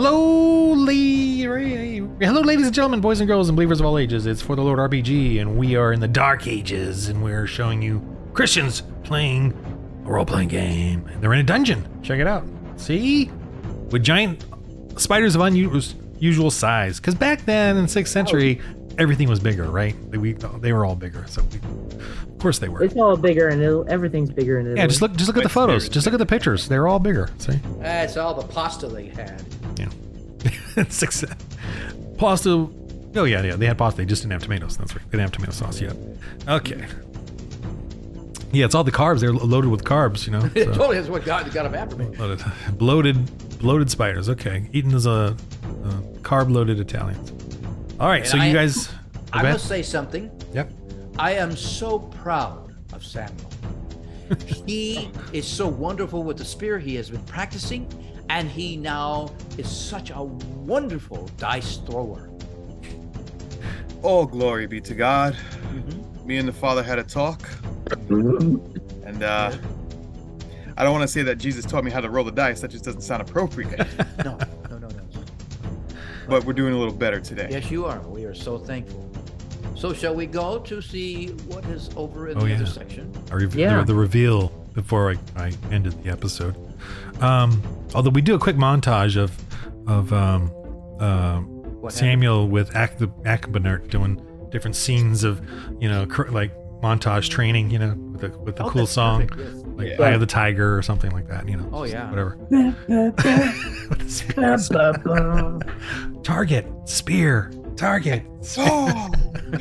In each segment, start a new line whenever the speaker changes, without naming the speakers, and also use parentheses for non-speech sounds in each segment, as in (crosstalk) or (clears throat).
Hello, la- hello, ladies and gentlemen, boys and girls, and believers of all ages. It's for the Lord RPG, and we are in the Dark Ages, and we're showing you Christians playing a role-playing game. They're in a dungeon. Check it out. See, with giant spiders of unusual size. Because back then in sixth century, everything was bigger, right? They, we, they were all bigger, so we, of course they were.
It's all bigger and it'll, everything's bigger in Italy.
Yeah, just look, just look at the photos. Just look at the pictures. They're all bigger. See.
That's all the pasta they had.
(laughs)
(laughs)
six pasta. Oh yeah, yeah. They had pasta. They just didn't have tomatoes. That's right. They didn't have tomato sauce yet. Okay. Yeah, it's all the carbs. They're loaded with carbs. You know,
It (laughs)
so-
totally is what got, got them after me.
loaded, bloated, bloated spiders. Okay, eaten as a, a carb-loaded Italians. All right,
And
so you
I-
guys.
I
Yvette?
must say something.
Yep.
I am so proud
(laughs)
of Samuel. he is so wonderful with the spear he has been practicing, and he now is such a wonderful dice thrower.
All glory be to God.
Mhm.
Me and the Father had a talk, and uh, I don't want to say that Jesus taught me how to roll the dice. That just doesn't sound appropriate.
(laughs)
No, no, no, no.
but we're doing a little better today.
Yes, you are. We are so thankful. So, shall we go to see what is over in
Oh,
the
yeah.
other section?
I rev-
Yeah.
the, the reveal before I, I ended the episode. Um, although we do a quick montage of of um, um
What
Samuel with Ak- the Akbenert doing different scenes of you know cr- like montage training, you know, with the, with the
Oh,
cool
that's
song
perfect, yes.
like
Yeah.
Eye of the Tiger or something like that, you know.
Oh,
just
yeah.
whatever. (laughs)
Ba-ba-ba.
Target spear. Target. spear.
(gasps) Oh,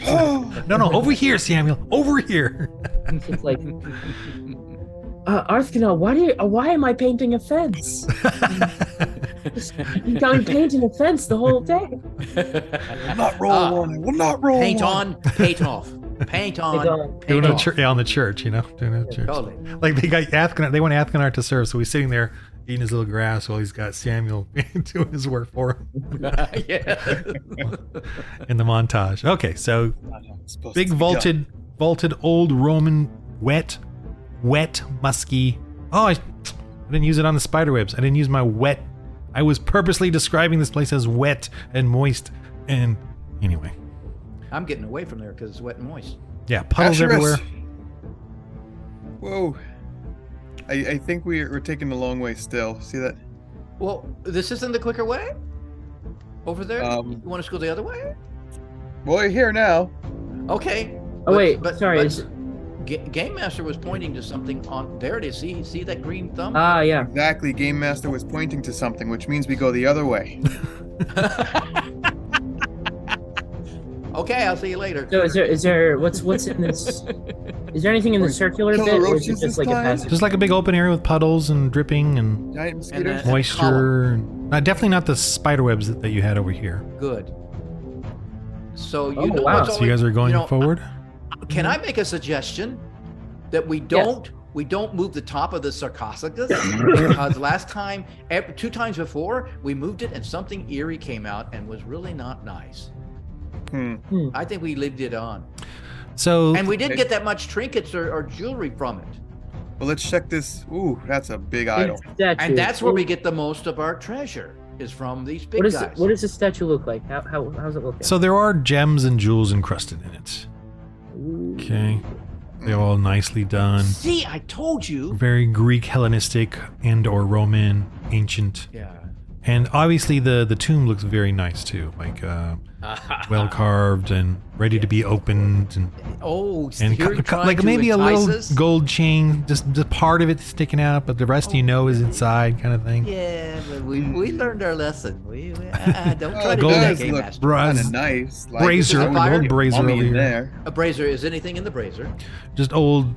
oh.
No, no, over here, Samuel. Over here.
(laughs)
(laughs)
It's just like, (laughs) uh, Arskinel, why do you, uh, why am I painting a fence?
(laughs)
You got me painting a fence the whole day.
Will not roll
Ah.
one. Will not
(laughs)
roll
Paint
one.
on, paint off.
(laughs)
Paint on,
on.
Doing
paint
a
off.
church, yeah, on the church, you know, doing a church.
Totally.
Like they got Athkenar, they want Athkenar to serve, so he's sitting there eating his little grass while he's got Samuel (laughs) doing his work for him
(laughs) yeah.
in the montage. Okay, so
It's supposed
big
to be
vaulted, vaulted old Roman, wet, wet, musky. Oh, I, I didn't use it on the spider webs. I didn't use my wet. I was purposely describing this place as wet and moist. And anyway,
I'm getting away from there because it's wet and moist.
yeah,
done.
puddles
Asherus.
everywhere.
Whoa. I, I think we're, we're taking the long way still. See that?
Well, this isn't the quicker way. Over there,
Um,
you want to go the other way?
Well, we're here now.
Okay.
Oh, wait, sorry, it's-
Ga- Game Master was pointing to something on there. It is. See, see that green thumb?
Ah, yeah.
Exactly. Game Master was pointing to something, which means we go the other way.
okay, I'll see you later.
So is there is there what's what's in this? Is there anything in the circular
Killer
bit, or is it
roaches
just
this
like a
time?
passage?
Just like a big open area with puddles and dripping and uh,
Giant mosquitoes.
And a
moisture. and- Uh, definitely not the spider webs that, that you had over here.
Good. So you
Oh,
know
wow.
what's
So you guys are
always-
going
know, uh,
forward.
Can
Mm-hmm.
I make a suggestion that we don't we don't move the top of the sarcophagus?
(laughs)
because last time, ev- two times before, we moved it and something eerie came out and was really not nice.
Hmm.
I think we lived it on,
So
and we didn't get that much trinkets or, or jewelry from it.
Well, let's check this. Ooh, that's a big idol.
And that's where we get the most of our treasure is from these big
What is
guys.
what does the statue look like? How how how's it look?
so there are gems and jewels encrusted in it. Okay, they're all nicely done.
See, I told you.
Very Greek, Hellenistic, and or Roman, ancient,
Yeah.
and obviously the the tomb looks very nice too, like uh, well carved and ready to be opened and.
Oh,
And
you're
cu- cu-
trying
like
to
maybe a
entice
little
us?
gold chain, just the part of it sticking out, but the rest you know is inside, kind of thing.
Oh. Yeah, but we, we learned our lesson. We, we
(laughs)
uh, don't
Oh,
try to
it
do that,
Golden-
does
Game
look
Master.
Bronze-
kind of nice. Like,
brazier,
an
there's a
old
brazier
mummy
over
in
here.
there.
A brazier is anything in the brazier.
just old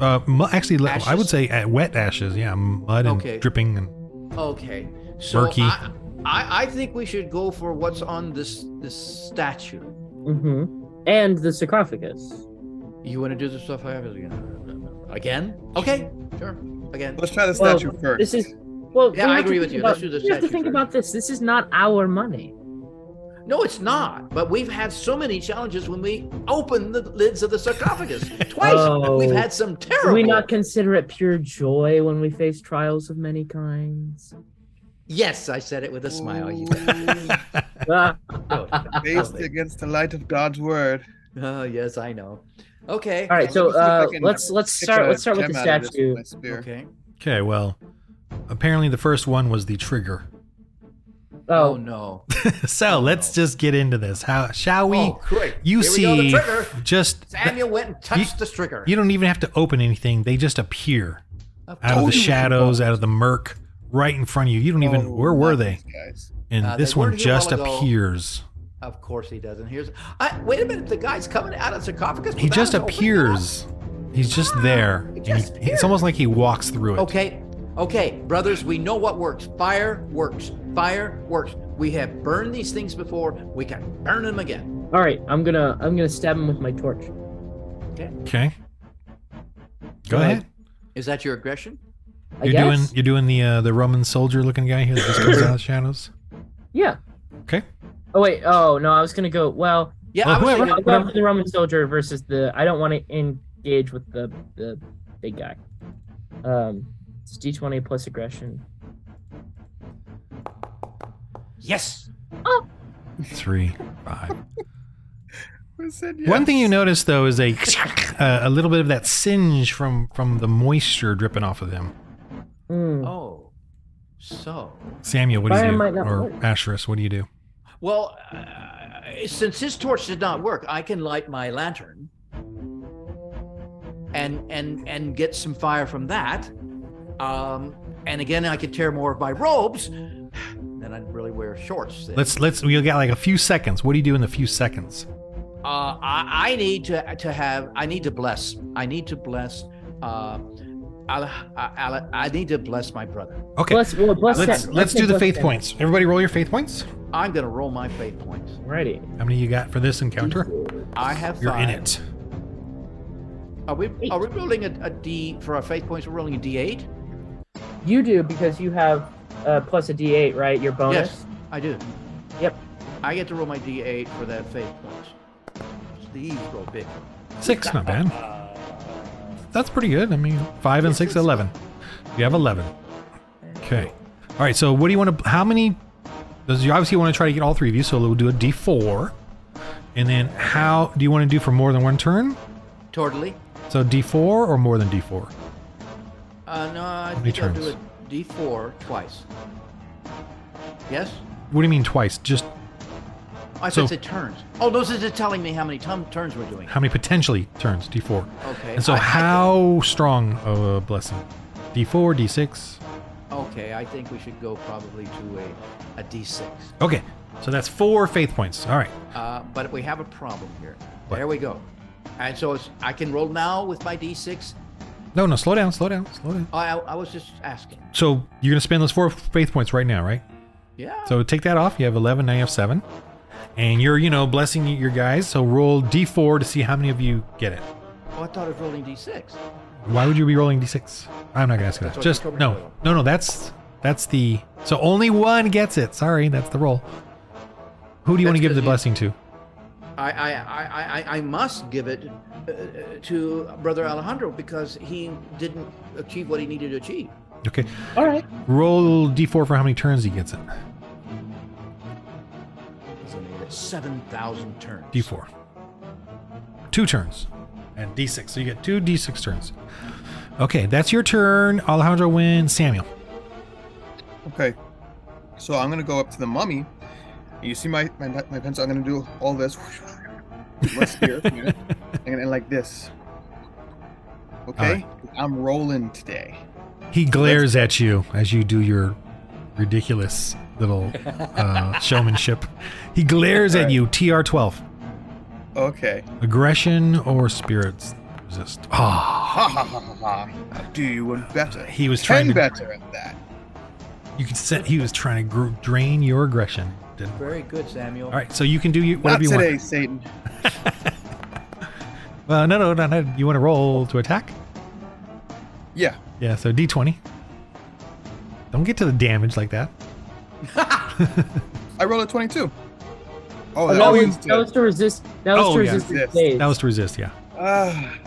uh mu- actually le- i would
Ashes?
say uh, wet ashes yeah mud and
Okay.
dripping and (laughs)
Okay, so
Murky.
I, I I think we should go for what's on this this statue.
hmm And the sarcophagus.
You want to do the stuff I have again? Again? Okay, sure. Again.
Let's try the
Well,
statue first.
This is well.
Yeah,
we
I
have to
agree with
think
you.
About,
Let's do the
we have to
statue
think
first.
about this. This is not our money.
No, it's not. But we've had so many challenges when we open the lids of the
(laughs)
sarcophagus twice.
Oh.
We've had some
Do
terrible. (laughs)
we not consider it pure joy when we face trials of many kinds?
Yes, I said it with a smile. You-
Ah,
(laughs)
(laughs)
Oh. Based against the light of God's word.
Oh, yes, I know. Okay.
all right, so
Let me see if I
uh,
can
let's let's
Pick
start
a
let's start with
gem
the
out of this
statue.
with my spear.
Okay.
Okay, well, apparently the first one was the trigger. (laughs)
Oh,
Oh,
no.
so let's just get into this. How shall we?
oh, great.
you
Here we go,
see,
the trigger.
just
Samuel went and touched the trigger.
you don't even have to open anything; they just appear
Of
out of the
course.
shadows, out of the murk, right in front of you. You don't even
Oh,
where were
not
they?
these Guys.
And
Uh, they
this
were
one
here a
just
while ago.
appears.
Of course he doesn't. Here's. I, wait a minute. The guy's coming out of the sarcophagus.
He
without
just
us opening it up?
appears. He's just there. and
He Ah, just
he- it's almost like he walks through it.
Okay. Okay, brothers, we know what works. Fire works. Fire works. We have burned these things before. We can burn them again.
all right. I'm gonna I'm gonna stab him with my torch.
Okay. Go
Go
ahead.
Is that your aggression?
I
you're
guess.
doing you're doing the uh, the Roman soldier looking guy here that just comes out
(laughs)
of the shadows.
Yeah.
Okay.
Oh wait. Oh no, I was gonna go. Well,
Yeah,
Well,
I was
whoever-
I'll
thinking-
go for the Roman soldier versus the. I don't want to engage with the the big guy. Um, it's D20 plus aggression.
yes.
Three, five.
I said
One
yes.
thing you notice though is a (laughs) uh, a little bit of that singe from from the moisture dripping off of them.
Mm.
Oh, so
Samuel, what do you
Fire
do?
might not
Or
work.
Asherus, what do you do?
well, uh, since his torch did not work, I can light my lantern and and and get some fire from that. Um, and again, I could tear more of my robes. Then I'd really wear shorts. then.
Let's let's we got like a few seconds. What do you do in a few seconds?
uh, I, I need to to have I need to bless I need to bless uh, I'll, I'll, I need to bless my brother.
Okay.
Plus, well, plus
let's
that-
let's
say
do the
plus
faith
that.
points. Everybody roll your faith points.
I'm gonna roll my fate points.
Alrighty.
How many you got for this encounter?
I have.
You're in
five.
it.
Are we are we rolling a, a d for our faith points? We're rolling a d8.
You do because you have uh, plus a D8, right? Your bonus.
I do.
Yep.
I get to roll my d8 for that faith points. These roll big.
Six, not bad. That's pretty good. I mean, five and six, eleven. You have eleven. Okay. All right. So, what do you want to? How many? Does you obviously want to try to get all three of you? So we'll do a D four, and then how do you want to do for more than one turn?
Totally.
So D four or more than D four?
Uh, no, I
many
think I'll do
turns?
a d4 twice. Yes.
What do you mean twice? Just
I
So-
said it turns. Oh, those are just telling me how many tum- turns we're doing.
how many potentially turns? D four.
Okay.
And so,
I- I
how strong of a blessing? D four, D six.
think- okay, I think we should go probably to a, a D6.
Okay. So that's four faith points. All right.
Uh, but we have a problem here.
What?
There we go. And so it's, I can roll now with my D6.
No, no. Slow down. Slow down. Slow down.
Oh, I, I was just asking.
So you're gonna spend those four faith points right now, right?
Yeah.
So take that off. You have 11, now you have 7. And you're, you know, blessing your guys. So roll d4 to see how many of you get it.
oh, I thought it was rolling D6.
Why would you be rolling d6? I'm not going to ask you
That's
that.
what
Just,
you told me to
no.
roll.
No, no, that's, that's the, so only one gets it. Sorry, that's the roll. Who do you want to give
That's
the
'cause you-
blessing to?
I, I, I, I, I must give it uh, to Brother Alejandro because he didn't achieve what he needed to achieve.
Okay.
All right.
Roll d4 for how many turns he gets it.
Isn't it? 7,000 turns.
d4. Two turns. And d6. So you get two d6 turns. Okay, that's your turn. Alejandro wins. Samuel.
Okay. So I'm gonna go up to the mummy. You see my my, my pencil. I'm gonna do all this. (laughs) With my spear. you
(laughs)
know? I'm gonna end like this. Okay. I'm rolling today.
He glares at you as you do your ridiculous little
(laughs)
uh, showmanship. He glares at you. TR12.
Okay.
Aggression or spirits resist. Ah,
Ha ha ha ha ha. Do you one better.
he was
Ten
trying to.
better at that.
You could set. He was trying to gr- drain your aggression. Didn't.
(laughs) Very good, Samuel.
All right, so you can do you, whatever
Not
you
today,
want.
Satan.
Well, Uh, no, no, no, no. You want to roll to attack?
Yeah.
Yeah. So D20. Don't get to the damage like
(laughs)
that.
I rolled a twenty-two. Oh,
Oh,
that,
that,
was
was, that was to resist. That was
Oh,
to
yeah.
resist.
Resist.
days.
That was to resist. Yeah.
Ah.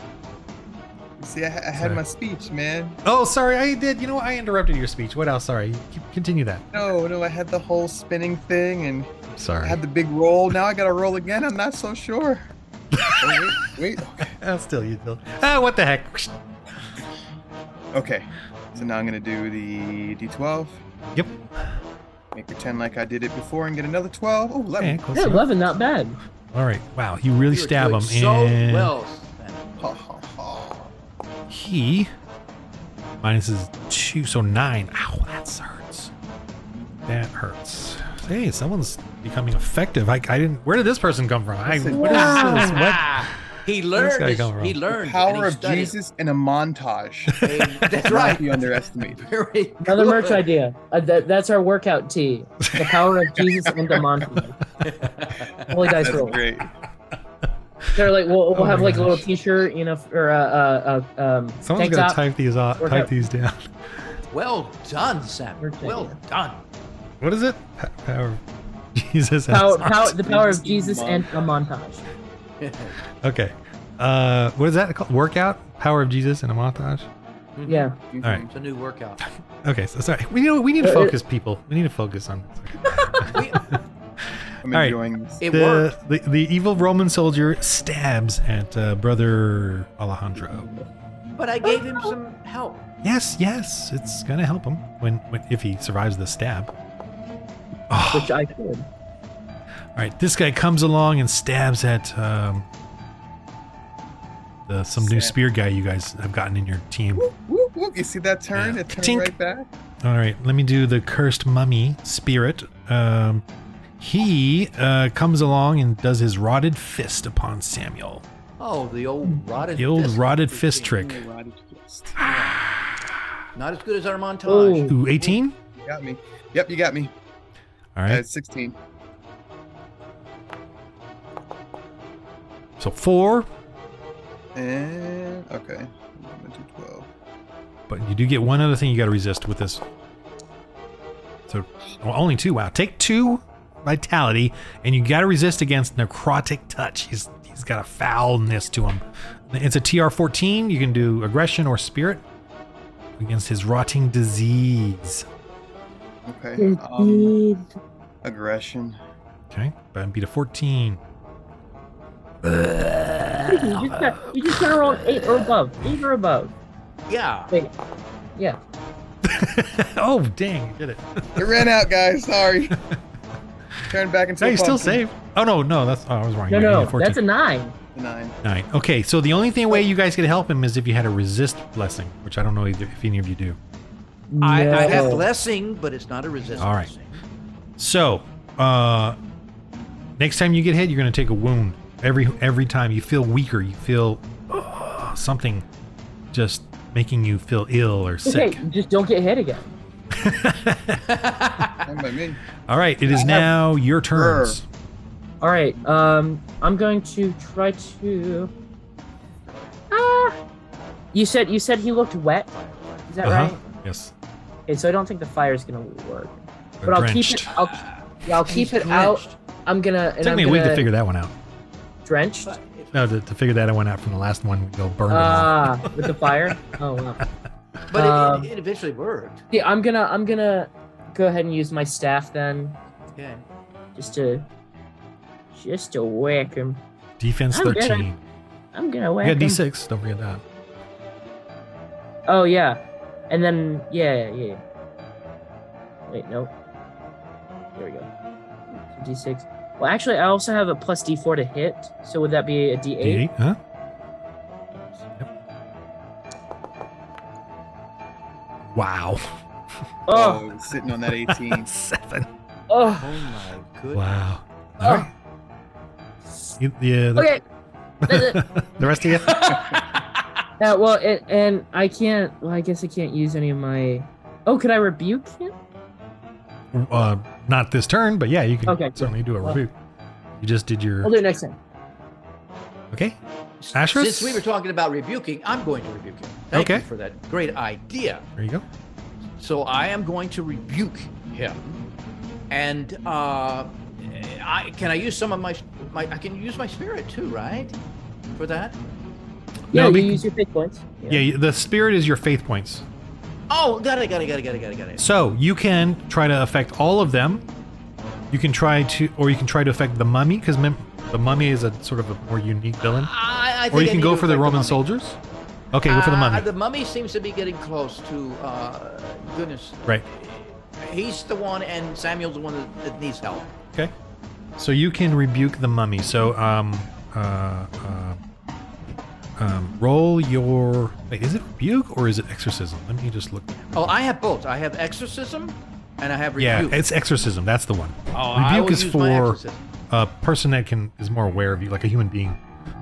See, I, ha- I had my speech, man.
Oh, sorry, I did. You know what? I interrupted your speech. What else? Sorry. C- Continue that.
No, no, I had the whole spinning thing and I
Sorry. (laughs)
had the big roll. Now I got to roll again. I'm not so sure. Oh, wait, wait.
I'll still you. Bill. Ah, what the heck?
Okay. So now I'm going to do the D12.
Yep.
Make a 10 like I did it before and get another 12. Oh, 11.
Okay, Eh, close
Yeah,
enough.
11, not bad.
All right. Wow, you really
Um, You are
stab him,
doing so
and
well. Sven.
Ha, ha, ha.
he minuses two, so nine. Ow, that hurts. That hurts. Hey, someone's becoming effective. I, I didn't. Where did this person come from? I,
Listen,
what is this? What?
Ah, he
Where's this
learned.
guy
his-
come from?
he learned. and
Power
he
of
studied. (laughs)
Jesus in
(laughs)
a montage.
And- that's
Not
right.
be underestimated.
(laughs) Very
Another merch
good.
idea. Uh, that, that's our workout tee.
(laughs)
The power of Jesus and the Monty. Holy dice
That's
roll.
great.
They're like, we'll, we'll
Oh
have
my
like a little
gosh.
T-shirt, you know, f- or a uh, uh, uh, um,
Someone's
tank
gonna
top.
type these off,
Work
type
out.
these down.
(laughs)
(laughs)
Well done, Sam.
Merch
Well
idea.
done. (laughs)
What is it? Pa- Power. (laughs) Jesus. has
Power,
arms.
power, the power of
Monty.
Jesus and a montage.
Okay. Uh, what is that called? Workout? Power of Jesus in a montage?
Yeah.
All
right.
It's a new
(laughs)
workout.
Okay, so sorry. We need we need to
Uh, uh,
focus, people. We need to focus on.
We-
I'm
All right.
enjoying this.
it
The,
worked.
the the evil Roman soldier stabs at uh, brother Alejandro.
But I gave him some help.
Yes, yes, it's gonna help him when, when if he survives the stab. Oh,
Which I could.
all right, this guy comes along and stabs at um, the some new
Stab.
spear guy you guys have gotten in your team.
Whoop, whoop, whoop. You see that turn?
Yeah.
It turns
Tink.
right back.
All right, let me do the cursed mummy spirit. Um, he uh, comes along and does his rotted fist upon Samuel.
Oh, the old rotted.
The old
fist.
rotted fist trick. Ah.
Not as good as our montage.
Ooh, 18?
You got me. Yep, you got me.
All
Uh,
right.
it's 16.
So four,
And okay. I'm gonna do 12.
but you do get one other thing you got to resist with this. So well, only two. Wow. Take two vitality, and you got to resist against necrotic touch. He's He's got a foulness to him. It's a TR 14. You can do aggression or spirit against his rotting disease.
Okay. Um, aggression.
Okay, but I beat a 14.
Oh. you just got, you just got to roll an eight or above. Eight or above.
Yeah.
Wait. Yeah.
(laughs) oh, dang, you did
(laughs)
it.
It ran out,
(laughs)
guys. Sorry. Turn back into
Now
a
you're still
pumpkin.
safe. Oh, no, no, that's, oh, I was wrong.
No,
Yeah, you
no,
did
that's a nine.
Nine.
Nine. Okay, so the only thing way you guys could help him is if you had a resist blessing, which I don't know either, if any of you do.
I, I have
No.
blessing, but it's not a resistance. (laughs)
All right. So, uh, next time you get hit, you're going to take a wound. Every every time you feel weaker, you feel uh, something just making you feel ill or sick. (laughs)
Okay, just don't get hit again.
Nine by me.
All right, it is now your turns.
All right. Um, I'm going to try to. Ah. You said you said he looked wet. Is that
Uh-huh.
right?
Yes.
Okay, so I don't think the fire's gonna work. But I'll keep
drenched.
it. I'll, yeah, I'll keep it out. I'm gonna. And
Took
I'm
me a
gonna,
week to figure that one out.
Drenched.
No, to, to figure that I went out from the last one, they'll burn them all.
Ah, with the fire. Oh wow.
But
Um,
it, it, it eventually worked.
Yeah, I'm gonna. I'm gonna go ahead and use my staff then,
Yeah.
just to, just to whack him.
Defense
I'm good.
13.
I'm gonna
We
whack
got
him.
D6. Don't forget that.
Oh yeah, and then yeah, yeah. yeah. Wait, no. There we go. D six. Well, actually, I also have a plus D four to hit. So would that be a D eight?
D8, huh? Wow. (laughs)
Oh,
Oh, sitting on that 18.
Seven.
oh.
Oh my goodness.
Wow.
Oh.
All right. You- yeah, the,
Okay. That's it.
the rest of you?
Uh, well, it, and I can't. Well, I guess I can't use any of my. Oh, could I rebuke him?
Uh, not this turn, but yeah, you can
Okay, cool.
certainly do a
Well-
rebuke. You just did
I'll
your.
do it next time.
Okay.
S-
Asherus?
Since we were talking about rebuking, I'm going to rebuke him. Thank
Okay.
you for that great idea.
There you go.
So I am going to rebuke him, and uh, I can I use some of my my I can use my spirit too, right? For that.
Yeah,
No,
you
be-
use your fate points.
Yeah. the spirit is your faith points.
Oh, got it, got it, got it, got it, got it, got it.
So you can try to affect all of them. You can try to, or you can try to affect the mummy, because mem- the mummy is a sort of a more unique villain.
I, I think
Or you
I
can
need
go
to
for the
affect
Roman
mummy.
soldiers. Okay, go for the
Uh,
mummy.
the mummy seems to be getting close to, uh, goodness.
Right.
He's the one, and Samuel's the one that, that needs help.
Okay. So you can rebuke the mummy. So um uh, uh um roll your wait, is it rebuke or is it exorcism? Let me just look.
Oh, I have both. I have exorcism, and I have
Yeah,
rebuke.
it's exorcism. That's the one.
oh, I
rebuke
will
is
use my
for-
exorcism.
A person that can is more aware of you, like a human being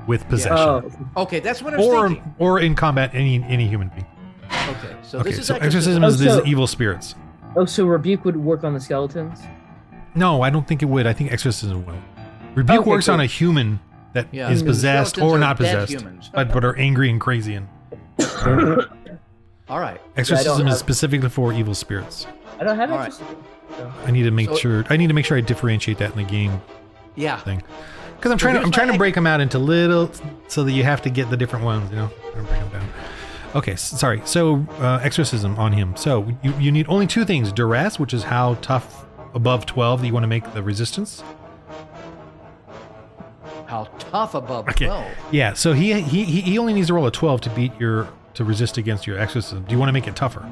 with possession.
Oh,
Okay, that's what I was
or
thinking.
or in combat any any human being.
Okay, so
okay,
this is
so exorcism
exorcism.
is
Oh,
these
so-
evil spirits.
oh, so rebuke would work on the skeletons.
No, I don't think it would. I think exorcism will. Rebuke
Okay,
works on
cool.
a human that is
Yeah.
possessed
Skeletons
or
are
not
dead
possessed,
humans.
but but are angry and crazy and
All right.
Exorcism
have-
is specifically for evil spirits.
I don't have
All right.
it.
I need to make
So-
sure I need to make sure I differentiate that in the game
Yeah.
thing. Because I'm trying to
here's
I'm
my
trying to
ex-
break them out into little so that you have to get the different ones. You know, Trying to break 'em down. Okay, s- sorry. So uh, exorcism on him. So you, you need only two things: duress, which is how tough above 12 that you want to make the resistance.
How tough above
Okay.
twelve.
Yeah. So he he he he only needs to roll a 12 to beat your to resist against your exorcism. Do you want to make it tougher?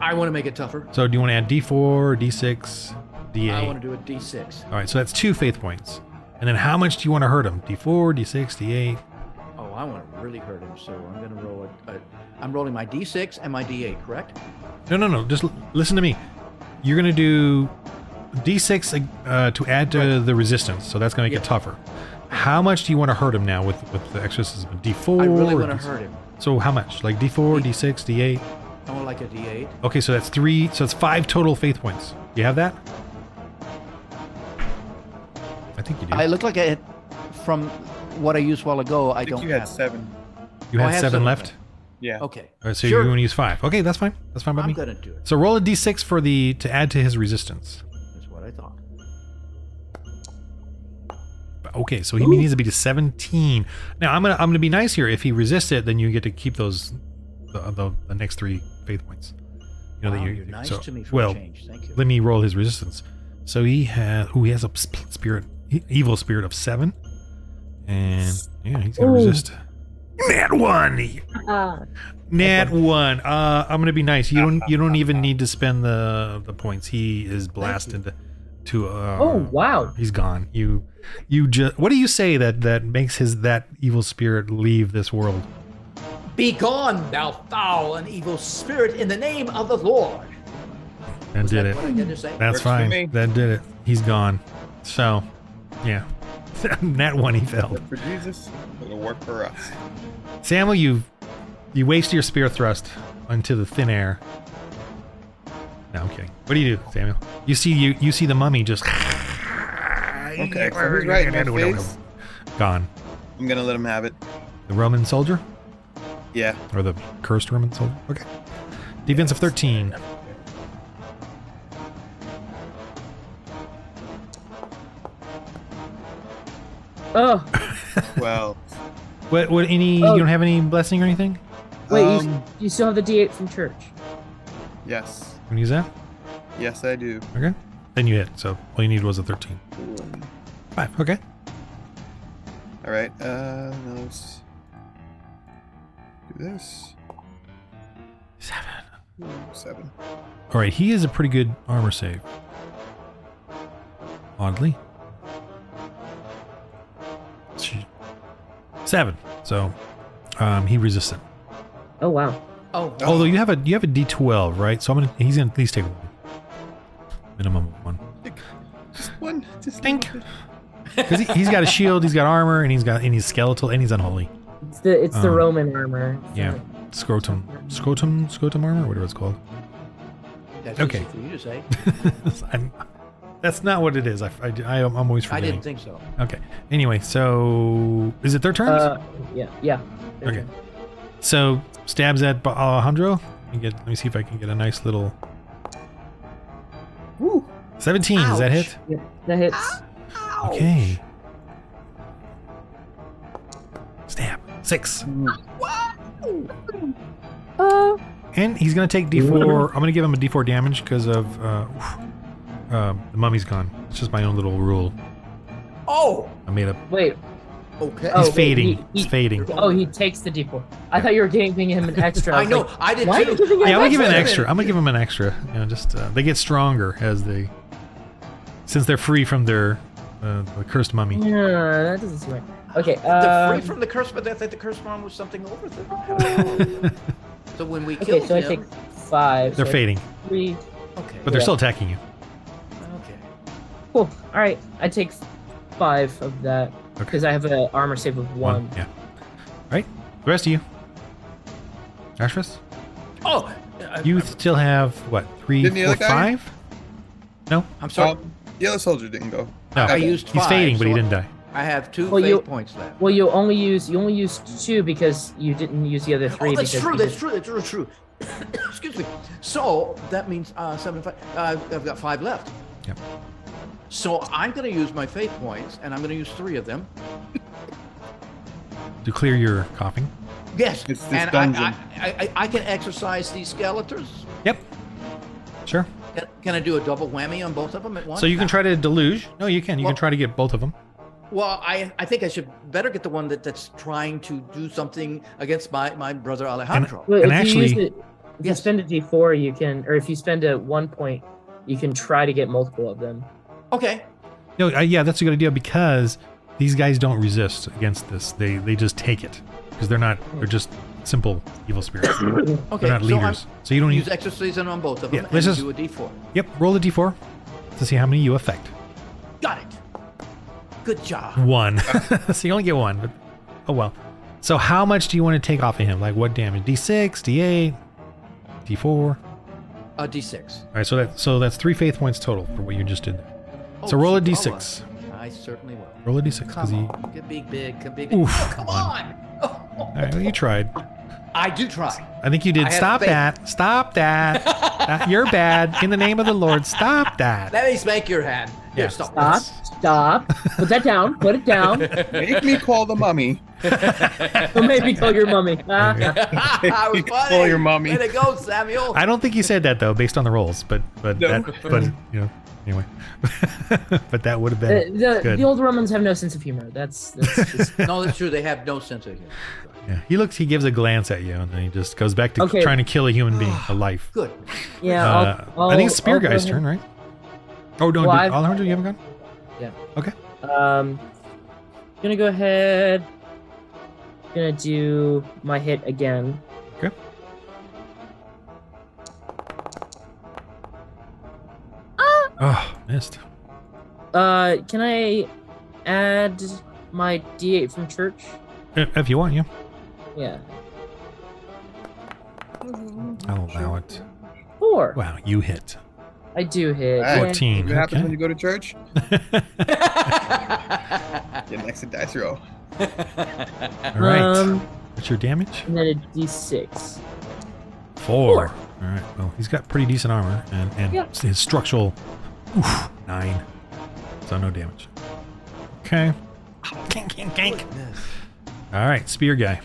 I want to make it tougher.
So do you want to add D4, D6, D8?
I want to do a D6.
All right, so that's two faith points. And then how much do you want to hurt him? D4, D6, D8.
Oh, I want to really hurt him, so I'm going to roll a, a. I'm rolling my D6 and my D8, correct?
No, no, no. Just l- listen to me. You're going to do D6 uh, to add to the resistance, so that's going to make it
Yeah.
tougher. How much do you want to hurt him now with, with the exorcism? D4.
I really
or
want to
D6?
hurt him.
So how much? Like D4,
D-
D6, D8.
I want like a D8.
Okay, so that's three. So that's five total faith points. Do you have that? I think you do.
I look like I, from what I used while ago, I,
I think
don't
you had
have.
seven.
you
oh, I
had
have
seven
seven
left.
left.
Yeah.
Okay.
All right, so
Sure.
you're going to use five. Okay, that's fine. That's fine by
I'm
me.
going to do it.
So roll a d6 for the to add to his resistance.
That's what I thought.
Okay, so he needs to be to 17. Now I'm gonna I'm gonna be nice here. If he resists it, then you get to keep those the the, the next three faith points. You
wow,
you-
you're nice
so-
to me for
well,
a change. Thank you.
let me roll his resistance. So he has oh he has a sp- spirit e- evil spirit of seven, and yeah he's gonna
Ooh.
resist. Nat one, nat
Okay.
one. Uh, I'm gonna be nice. You
(laughs)
don't you don't even need to spend the the points. He is blasted to uh,
Oh wow.
He's gone. You, you just. What do you say that that makes his that evil spirit leave this world?
Be gone, thou foul and evil spirit, in the name of the Lord.
That
Was
did
that
it.
What I did to say?
That's
Works for me.
fine. That did it. He's gone. So, yeah, (laughs) that one he failed.
Work for Jesus, it'll work for us.
Samuel, you, you waste your spear thrust into the thin air. No, I'm kidding. What do you do, Samuel? You see you you see the mummy just. (laughs)
Okay, so he's right in my face.
Gone.
I'm gonna let him have it.
The Roman soldier
Yeah.
or the cursed Roman soldier. Okay. Defense of thirteen.
Oh
Well.
What? What? Any?
Oh.
You don't have any blessing or anything?
wait, you-
um,
you still have the D8 from church.
yes.
You can use that.
Yes, I do.
Okay. Then you hit. So all you needed was a thirteen. Five. Okay.
All right. Uh, now let's do this.
Seven.
Ooh, Seven.
All right. He is a pretty good armor save. Oddly. She- Seven. So, um, he resists it.
Oh wow.
Oh,
Oh.
Although you have a you have a D twelve, right? So I'm gonna he's gonna at least take one. Minimum of one.
Just one. Just
Think.
one.
Because he, he's got a shield, he's got armor, and he's got and he's skeletal, and he's unholy.
It's the it's the
Um,
Roman armor. It's
yeah.
not-
Scrotum, scrotum, scrotum armor, whatever it's called. (laughs)
that's
okay.
easy for you to say.
I'm, that's not what it is. I, I, I, am always
I
forgetting.
didn't think so.
okay. Anyway, so is it their turns?
Uh, yeah, yeah. Their
Okay.
turn.
so stabs at Ba- Alejandro. Let me, get, let me see if I can get a nice little.
Woo.
17. Is that
Ouch.
hit?
Yeah, that hits.
Okay. Stab. Six.
Uh,
And he's going to take d4. I'm going to give him a d4 damage because of. Uh, oof, uh, the mummy's gone. It's just my own little rule
Oh,
I made up.
Wait.
okay.
Oh,
He's
wait,
fading.
he-
He's
he-
fading.
Oh, he takes the D4. I thought you were giving him an extra.
I
was
know.
like,
I did
why are you
too.
giving him
Yeah, I'm gonna give him
Wait
an
a
extra.
minute.
I'm gonna give him an extra. You know, just uh, they get stronger as they, since they're free from their uh, the cursed mummy.
yeah, that doesn't seem right. Okay.
The
Um,
free from the curse, but I think the curse one was something
(laughs)
over there.
they're
So when we killed
okay, so I take
him,
five. so I take
fading,
Three.
okay,
but they're
Yeah.
still attacking you.
okay.
Cool. All right. I take five of that
Okay.
because I have an armor save of one.
Yeah. All right. The rest of you. Ashras,
Oh, I-
you still have what? Three,
Didn't the
four,
other guy-
five.
I'm sorry.
Um, the other soldier didn't go.
No,
I used
Oh, he's
five,
fading, but he
so
didn't die.
I have two
Well,
fate
you-
points left.
Well, you only use you only used two because you didn't use the other three.
Oh, that's
because
true.
you
That's
did-
true. That's true. True. (coughs) Excuse me. So that means uh, seven. Five, uh, I've got five left.
Yep.
So I'm going to use my fate points, and I'm going to use three of them.
To clear your coughing.
Yes.
It's this
and
dungeon.
I, I, I, I can exercise these skeletons.
Yep. Sure.
Can, can I do a double whammy on both of them at once?
So you can try to deluge. No, you can. You can
Well-
try to get both of them.
Well, I, I think I should better get the one that, that's trying to do something against my, my brother Alejandro.
Well,
And
if you use
actually-
it- if you spend a D4, you can, or if you spend a one point, you can try to get multiple of them.
okay.
No, uh, yeah, that's a good idea because these guys don't resist against this. They they just take it because they're not they're just simple evil spirits. they're
Okay.
not
so
leaders. So, you
I'm
don't
use
need.
exercising on both of
Yeah,
them and
let's just-
do a D4.
Yep, roll the d4 to see how many you affect.
Got it. Good job.
One. (laughs) so you only get one. But, oh well. So how much do you want to take off of him? Like what damage? D6, D8, D4. All
A D6.
right, so that so that's three faith points total for what you just did. There.
Oh,
so roll a
gee,
d6.
I certainly will.
Roll a d6 because
Come
he.
on. Get big, big, get big. big.
Oof.
Oh, come on. (laughs)
All right, well, you tried.
I do try.
I think you did.
I have
Stop
faith.
that. Stop
(laughs)
that. That- You're bad. In the name of the Lord, stop that.
Let me spank your hand. Here,
Yeah.
stop.
Stop!
(laughs)
Stop! Put that down! Put it down!
Make me call the mummy.
Don't make me call
(laughs)
your mummy. Ah.
I was
You can
funny.
(laughs) call your mommy.
Way to go, Samuel. (laughs)
I don't think you said that though, based on the rolls, but but
No.
that, but you know anyway. (laughs) but that would have
The,
been
the,
Good.
the old Romans have no sense of humor. That's,
(laughs)
that's just,
no, that's true. They have no sense of humor.
yeah. He looks. He gives a glance at you, and then he just goes back to
Okay.
trying to kill a human being,
(sighs)
a life.
Good.
(laughs)
yeah.
Uh,
I'll, I'll,
I think it's Spear
I'll go
Guy's
ahead.
turn, right? Oh no,
Well,
did-
I've-
Alejandro, you haven't gone.
Um, gonna go ahead. Gonna do my hit again.
Okay. Oh, missed.
Uh, can I add my D8 from church?
If if you want, yeah.
Yeah,
I'll allow it.
four.
Wow, you hit
I do hit.
Nice.
yeah.
fourteen.
What happens when
okay.
you go to church? Get an extra dice roll.
All right.
Um,
What's your damage?
and then a D6.
Four. All right. Well, he's got pretty decent armor and, and
Yeah.
his structural oof, nine. So no damage. Okay. Gank, gank, gank.
Goodness.
All right, spear guy.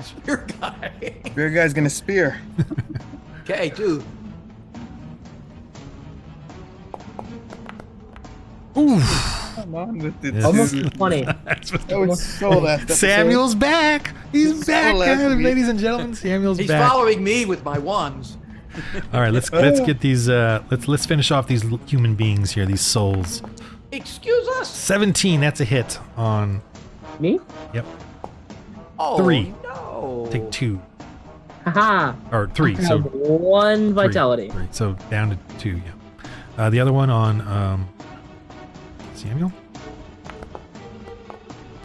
Spear guy.
Beer guy's gonna spear.
Okay, dude.
Oof. (laughs)
Come on with it.
Yes.
Almost
dude.
20.
That's what-
(laughs) That was so last episode.
Samuel's back. He's
So
back,
last
guys,
week.
ladies and gentlemen. Samuel's
He's
back.
following Oh. me with my wands.
All right, let's let's get these. Uh, let's let's finish off these l- human beings here. These souls.
Excuse us.
Seventeen. That's a hit on.
Me?
Yep.
Oh,
Three.
No.
Take two
Haha.
or three.
I
So
have one
Three,
vitality.
three. So down to two. Yeah. Uh, the other one on um, Samuel.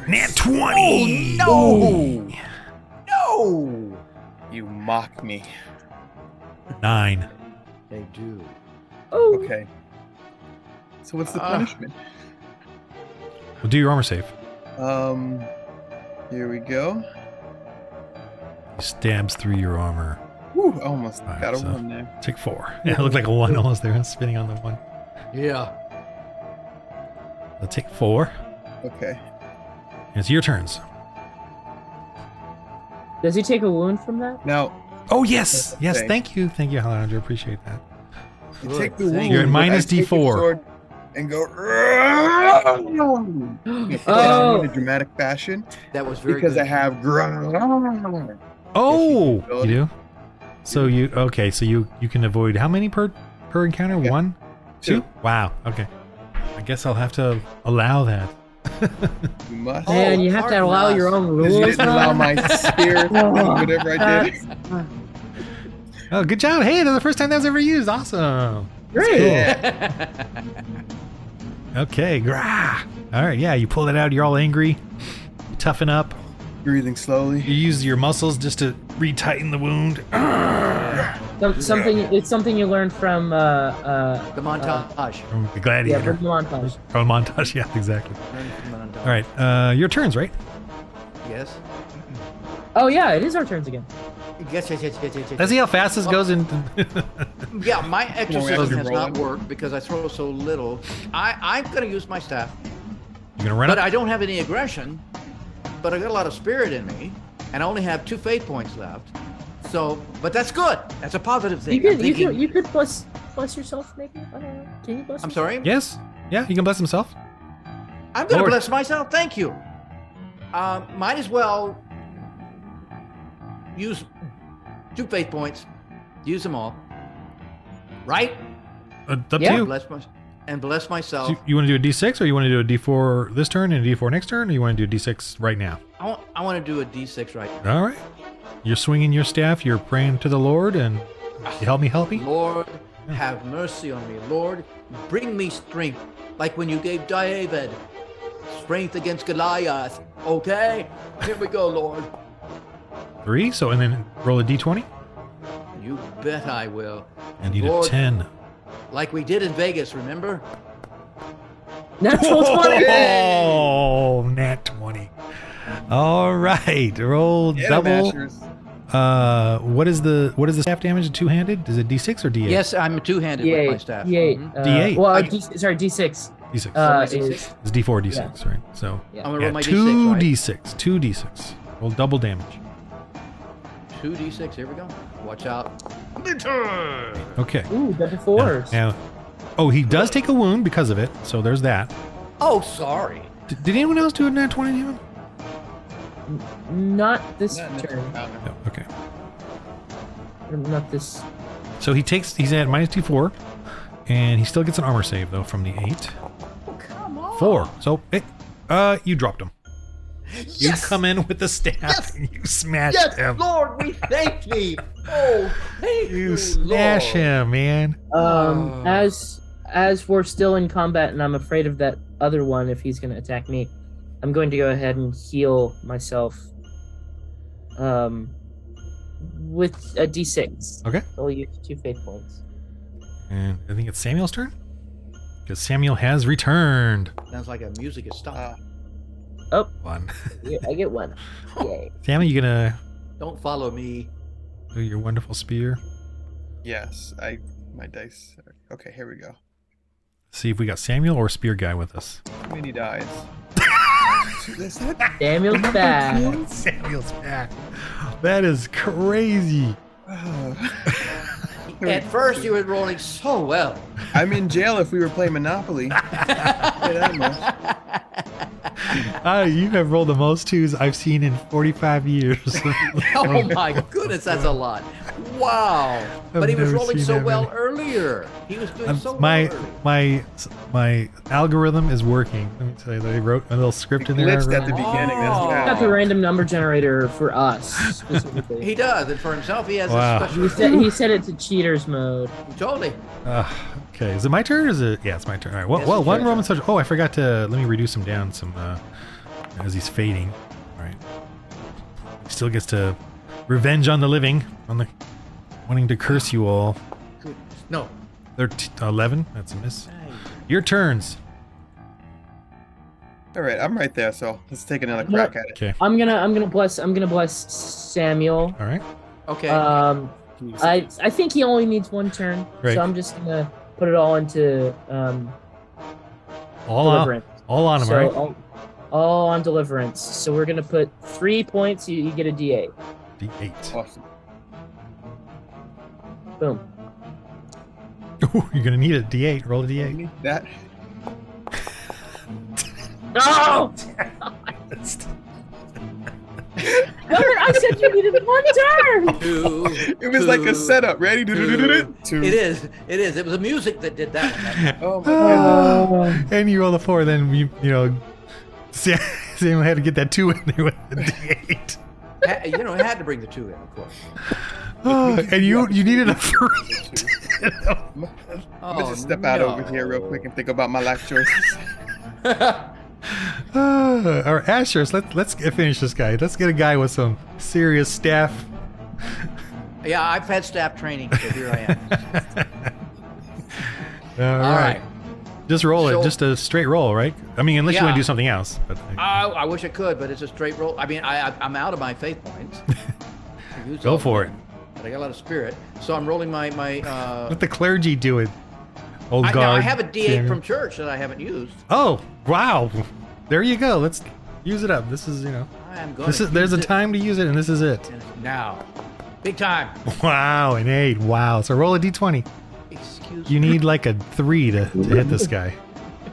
Nat twenty.
Oh, No.
You mock me.
Nine.
They do.
Oh,
Okay. So what's the
Uh.
Ah.
punishment?
Well, do your armor save.
Um, here we go.
He stabs through your armor.
Woo, I almost
Alright,
got a
so-
one there.
Take four. (laughs) Yeah, it looked like a one almost there, spinning on the one.
Yeah.
I'll take four.
Okay.
And it's your turns.
Does he take a wound from that? (gasps)
Now,
Oh yes,
That's
yes.
okay.
Thank you, thank you, Alejandro. Appreciate that.
you
Good,
take the
thank
wound.
You're at
and
minus
I take the
D4.
sword And go. You know, put that on
Oh.
in a dramatic fashion
That was very
because
good.
I have. gr-
Oh,
go.
you do. So you okay? So you you can avoid how many per per encounter?
Yeah.
One,
Two.
Wow. Okay. I guess I'll have to allow that.
You must.
Man,
Oh,
you have to
hard
allow your
pass.
own
Because
rules.
you didn't allow my spear, whatever I did.
Oh, good job! Hey, that's the first time that was ever used. Awesome.
Great.
Yeah.
Okay. Grah. All right. Yeah, you pull it out. You're all angry. You toughen up.
Breathing slowly.
You use your muscles just to retighten the wound. (clears throat)
Some- something it's something you learned from uh, uh,
(laughs) the montage.
From the
yeah, from
gladiator.
the montage.
Or montage. (laughs) Yeah, exactly.
Learn from the montage.
All right. Uh, your turns, right?
Yes.
Oh yeah, it is our turns again.
Yes, yes, yes, yes, yes, yes.
Let's see how fast this goes. (laughs) In
Yeah, my
Well,
exorcism
we
has
have to
not
roll.
worked because I throw so little. I, I'm going to use my staff,
you're gonna run
but
up.
I don't have any aggression, but I got a lot of spirit in me, and I only have two fate points left. So, but that's good. That's a positive thing.
You could
I'm
you
thinking-
could you could plus plus yourself maybe. I don't know. Can you plus?
I'm
yourself?
sorry?
yes. Yeah. He can bless himself.
I'm going to
Lord.
bless myself. Thank you. Um, might as well use two fate points, use them all, right?
Uh, it's up
Yeah.
to you.
Bless my, and bless myself.
So you want to do a D6 or you want to do a D4 this turn and a D4 next turn, or you want to do a D6 right now?
I want to do a d6 right now.
All right. You're swinging your staff. You're praying to the Lord, and you help me, help me.
Lord,
Yeah.
have mercy on me. Lord, bring me strength, like when you gave David strength against Goliath. Okay, here we go, Lord.
Three. So and then roll a D20.
You bet I will.
I need a
Lord.
ten.
Like we did in Vegas, remember?
Natural twenty.
Oh, nat twenty. All right. Roll
Yeah,
double.
Mashers.
Uh, what is the what is the staff damage? Two handed? Is it D6 or D8?
Yes, I'm two handed with my
D8.
staff.
D8.
Mhm.
Uh,
D8.
Well, D, sorry, D6.
D6.
Uh,
Somebody
is-
says-
it's D4, D6, right? So
yeah.
I'm going to
yeah,
roll my
two
d6.
D6, two D6. Roll double damage.
Right? Mm-hmm. Two d6. Here we go. Watch out.
Okay.
Ooh, double
Now-
fours.
Now, oh, he does take a wound because of it, so there's that.
Oh, sorry.
D- did anyone else do a nat 20 to him?
Not this
Not in the
turn.
turn.
No, okay.
Not this.
So he takes, he's at minus D4, and he still gets an armor save, though, from the 8.
Oh, Come on.
Four. So, it, uh, you dropped him.
Yes.
You come in with the staff,
Yes.
and you smash
Yes,
him.
Lord, we thank thee. Oh, thank you.
You smash
Lord.
him, man.
Um,
Oh.
as as we're still in combat, and I'm afraid of that other one if he's going to attack me, I'm going to go ahead and heal myself. Um, with a D6.
Okay.
I'll use two fate points.
And I think it's Samuel's turn? Because Samuel has returned.
Sounds like a music has stopped.
Uh,
One.
Yeah, I get one. Yay.
Samuel, you gonna
Don't follow me.
do your wonderful spear?
Yes, I my dice. are- Okay, here we go.
See if we got Samuel or Spear Guy with us.
How many dies? Is that
Samuel's back.
(laughs) Samuel's back. That is crazy.
At first, you were rolling so
(laughs)
well.
(sighs) I'm in jail if we were playing Monopoly.
(laughs)
Uh, you have rolled the most twos I've seen in 45 years. (laughs)
oh my goodness, that's a lot. Wow. but he was
never
rolling
seen
so
that
well
many.
earlier. He was doing
Um,
so
my
well. earlier.
my my algorithm is working. Let me tell you, they wrote a little script
It
in there.
glitched at the
already.
beginning.
Oh.
Got
That's
the
how.
random number generator for us
(laughs)
specifically.
He does, and for himself, he has
Wow.
a special.
He said he said it to cheaters mode.
Totally.
Ugh, okay, is it my turn? Or is it? Yeah, it's my turn. All right. Well,
Yes,
well
it's
one
your
Roman soldier. Oh, I forgot to let me reduce him down some uh, as he's fading. All right. He still gets to revenge on the living, on the wanting to curse you all.
Goodness. No.
They're t- 11. That's a miss. Your turns.
All right, I'm right there. So let's take another crack at it.
Okay.
I'm gonna I'm gonna bless I'm gonna bless Samuel.
All right.
Okay.
Uh,
Um,
Jeez.
I I think he only needs one turn,
Right.
so I'm just gonna put it all into um
All on,
deliverance.
all on him.
so
all right.
uh,
all, all on deliverance. So we're gonna put three points. You, you get a D8.
D8.
Awesome.
Boom.
(laughs) Ooh, you're gonna need a D8. Roll a D8.
Need That
No! Robert, I said you needed
(laughs)
one turn!
Two.
it was like a setup. Ready? Do-do-do-do-do. Two.
It is. It is. It was the music that did that.
Oh my god.
Oh,
Ah, (laughs) and you roll a four, then you you know, (laughs) Sam, Sam had to get that two in there with the
(laughs)
D8.
Ha- you know, it had to bring the two in, of course.
Ah, and you you
(laughs)
needed a three.
Oh,
I'm gonna just step out over here real quick and think about my
(laughs)
life choices.
Uh, all right, Ashers, let, let's get, finish this guy. Let's get a guy with some serious staff.
(laughs) yeah, I've had staff training, so here I am. All right.
Uh, Just roll
So-
it. Just a straight roll, right? I mean, unless you want
Yeah.
to do something else. But,
I, I wish I could, but it's a straight roll. I mean, I, I, I'm out of my faith points. I used
go
all
for
of
it.
them, But I got a lot of spirit, so I'm rolling my my. Uh,
Let the clergy do it. Old
I,
guard.
now I have a D8
Samuel.
from church that I haven't used.
Oh wow! There you go. Let's use it up. This is you know.
I am going.
This is there's a time to use it, and this is it. (laughs)
now, big time.
Wow, an eight. Wow. So roll a d20.
Excuse
You
me.
need like a three to, to hit this guy.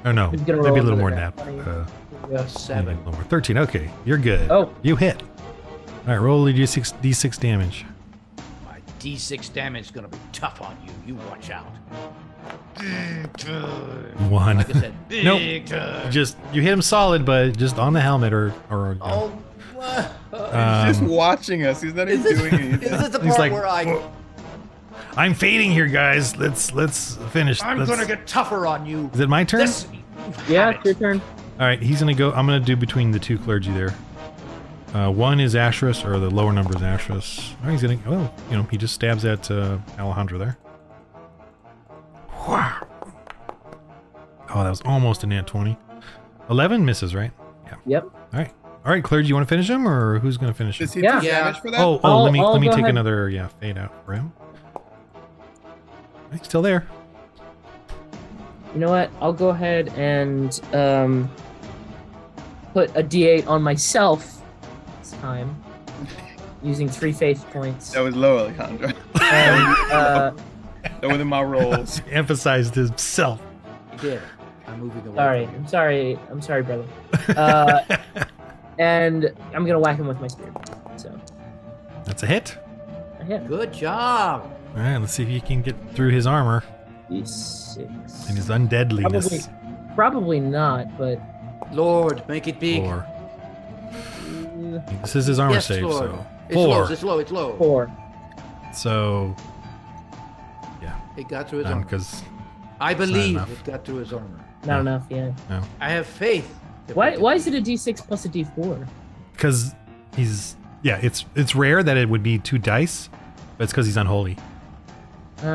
Oh no,
He's
maybe a
gonna roll
little more than
another
that.
guy.
Uh,
Yeah.
maybe a
seven.
little more. Thirteen. Okay, you're good.
Oh.
you hit. All right, roll a d6 d6 damage.
My D6 damage is gonna be tough on you. You watch out. Big time.
One.
Like I said, big
(laughs) Nope. (laughs)
time.
just you hit him solid, but just on the helmet or or. you know.
Oh,
Uh,
what?
He's just
Um,
watching us. He's not
is
even
this
doing
is
anything.
this the
He's
part
like,
where I?
I'm fading here, guys. Let's let's finish.
I'm
Let's-
gonna get tougher on you.
Is it my turn?
This.
Yeah, it's your turn.
All right, he's gonna go. I'm gonna do between the two clergy there. Uh, one is Ashris, or the lower number is Ashris. Oh, he's gonna. Well, you know, he just stabs at uh, Alejandro there. Wow. Oh, that was almost a nat twenty. Eleven misses, right?
Yep.
All right, all right, clergy. You want to finish him, or who's gonna finish him?
Does he
Yeah.
do
Yeah.
damage for that?
Oh, oh,
I'll-
let me
I'll
let me
go
take
ahead.
another yeah fade out for him. He's still there.
You know what? I'll go ahead and um, put a D8 on myself this time using three faith points.
That was
(laughs)
low, Alejandro.
And, uh,
Lower than my rolls.
Emphasized himself. (laughs)
You did. I'm moving away.
sorry.
From you.
I'm sorry. I'm sorry, brother.
(laughs)
Uh, and I'm going to whack him with my spear. So,
That's a hit.
I hit him.
Good job.
All right, let's see if you can get through his armor and his
D6. Probably,
undeadliness.
probably not, but
Lord, make it big.
Four. This is his armor
Yes,
save,
Lord.
so
It's
four.
low. It's low. It's low.
uh, four.
So um,
It got through his armor.
because
I believe
enough.
it got through his armor.
Yeah.
Not enough, yeah.
I have faith. that we
Why,
did.
why is it a d6 plus a d4?
because he's yeah, it's it's rare that it would be two dice, but it's because he's unholy.
Um,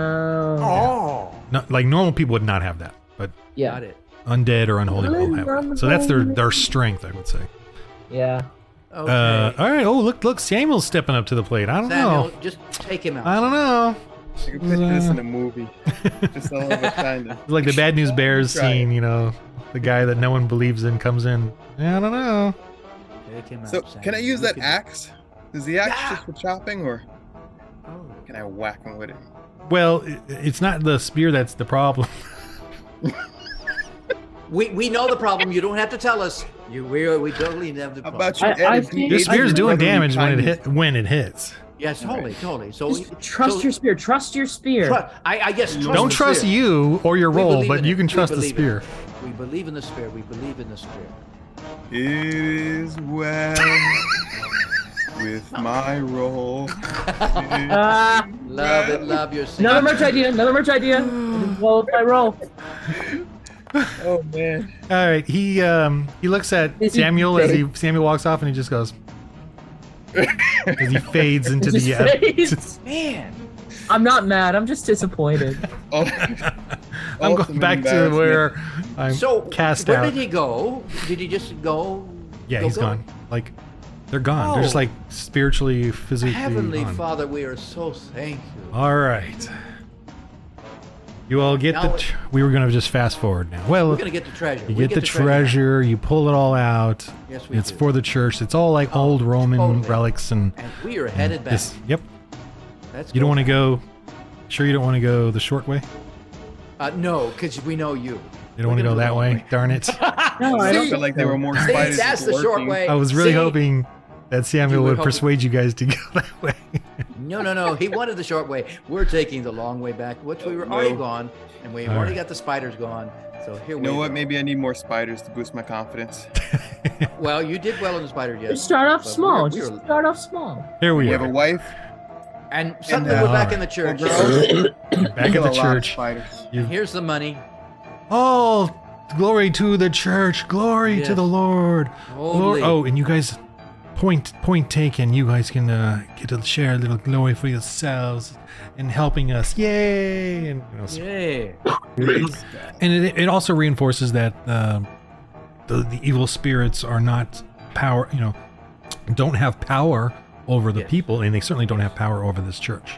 Oh.
Not like normal people would not have that, but
yeah,
Got it.
undead or unholy people have that. So that's their their strength, I would say.
yeah.
Okay.
Uh, all right. Oh, look, look, Samuel's stepping up to the plate. I don't
Samuel,
know.
just take him out.
I don't know.
You can picture this in a movie.
(laughs)
Just all of it, kinda.
It's like the Bad News Bears
Try it.
scene, you know, the guy that no one believes in comes in. Yeah, I don't know.
Take him
So,
out.
can I
Samuel.
use
You
that
can-
axe? Is the axe
Yeah.
just for chopping, or
Oh.
can I whack him with it?
Well, i it's not the spear that's the
(laughs)
problem.
We we know the problem. You don't have to tell us. You we are- we totally know the
How
problem.
about you?
I- I
add a
think-
D8
Your
This
to
spear's
your
doing
level
damage when it
kindness?
hit when it hits.
Yes, totally, totally. So we,
Just trust
so,
your spear. Trust your spear.
Trust, I, I guess. Trust
Don't
the
trust
spear.
you or your
We
role,
believe
but
in
you
it.
can
We
trust the
believe
spear.
in it. We believe in the spear. We believe in the spear.
It is well
(laughs)
with my roll. Oh,
Ah,
Love it. Love yourself.
another merch idea. Another merch idea. Roll with my roll.
Oh man.
All right. He um he looks at
Is he
Samuel as he Samuel walks off and he just goes as he fades
(laughs)
into the uh,
(laughs) Just-
Man.
I'm not mad. I'm just disappointed.
(laughs)
Oh,
I'm going
Ultimate
back to
embarrassment.
where I'm
So
cast
where
out.
did he go? Did he just go?
yeah,
go,
he's
go?
gone. Like they're gone. They're just
Oh.
like spiritually, physically
Heavenly
gone. Uh,
Father, we are so thankful.
All right. You all get
Now
the.
it-
Tr- we were gonna just fast forward now. Well,
We're gonna get the treasure.
you
We
get, the treasure. You pull it all out.
Yes, we
It's
do.
for the church. It's all like old Roman
Oh, totally.
relics and.
And we are headed back.
This- yep.
That's
You don't want to go. Sure, you don't want to go the short way.
Uh, no, because we know
(laughs)
you.
You don't want to go that way. Darn
(laughs)
it!
No, I
I
See?
don't feel like they were more
See,
spiders.
that's the short
lurking.
way.
I was really
See?
hoping that Samuel
were
would
hoping-
persuade you guys to go (laughs) that way.
No, no, no. He wanted the short way. We're taking the long way back, which we were already
No.
gone, and we've
All
already
right.
got the spiders gone. So here
You
we
know
go.
what? Maybe I need more spiders to boost my confidence.
Well, you did well on the spider jet.
Just start off
But
small.
we're-
Just
we're-
start off small.
Here we
We have a
are.
wife.
And suddenly
uh,
we're back in the church.
Back at
Kill a
the
lot of
church. (clears throat)
spiders.
Here's the money.
Oh, glory to the church. Glory to
Yes.
the Lord.
Holy.
Lord- Oh, and you guys, point point taken. You guys can uh, get to share a little glory for yourselves in helping us. Yay! And you know, s-
Yeah.
and it, it also reinforces that um the the evil spirits are not power. You know, don't have power over the
Yes.
people, and they certainly don't have power over this church.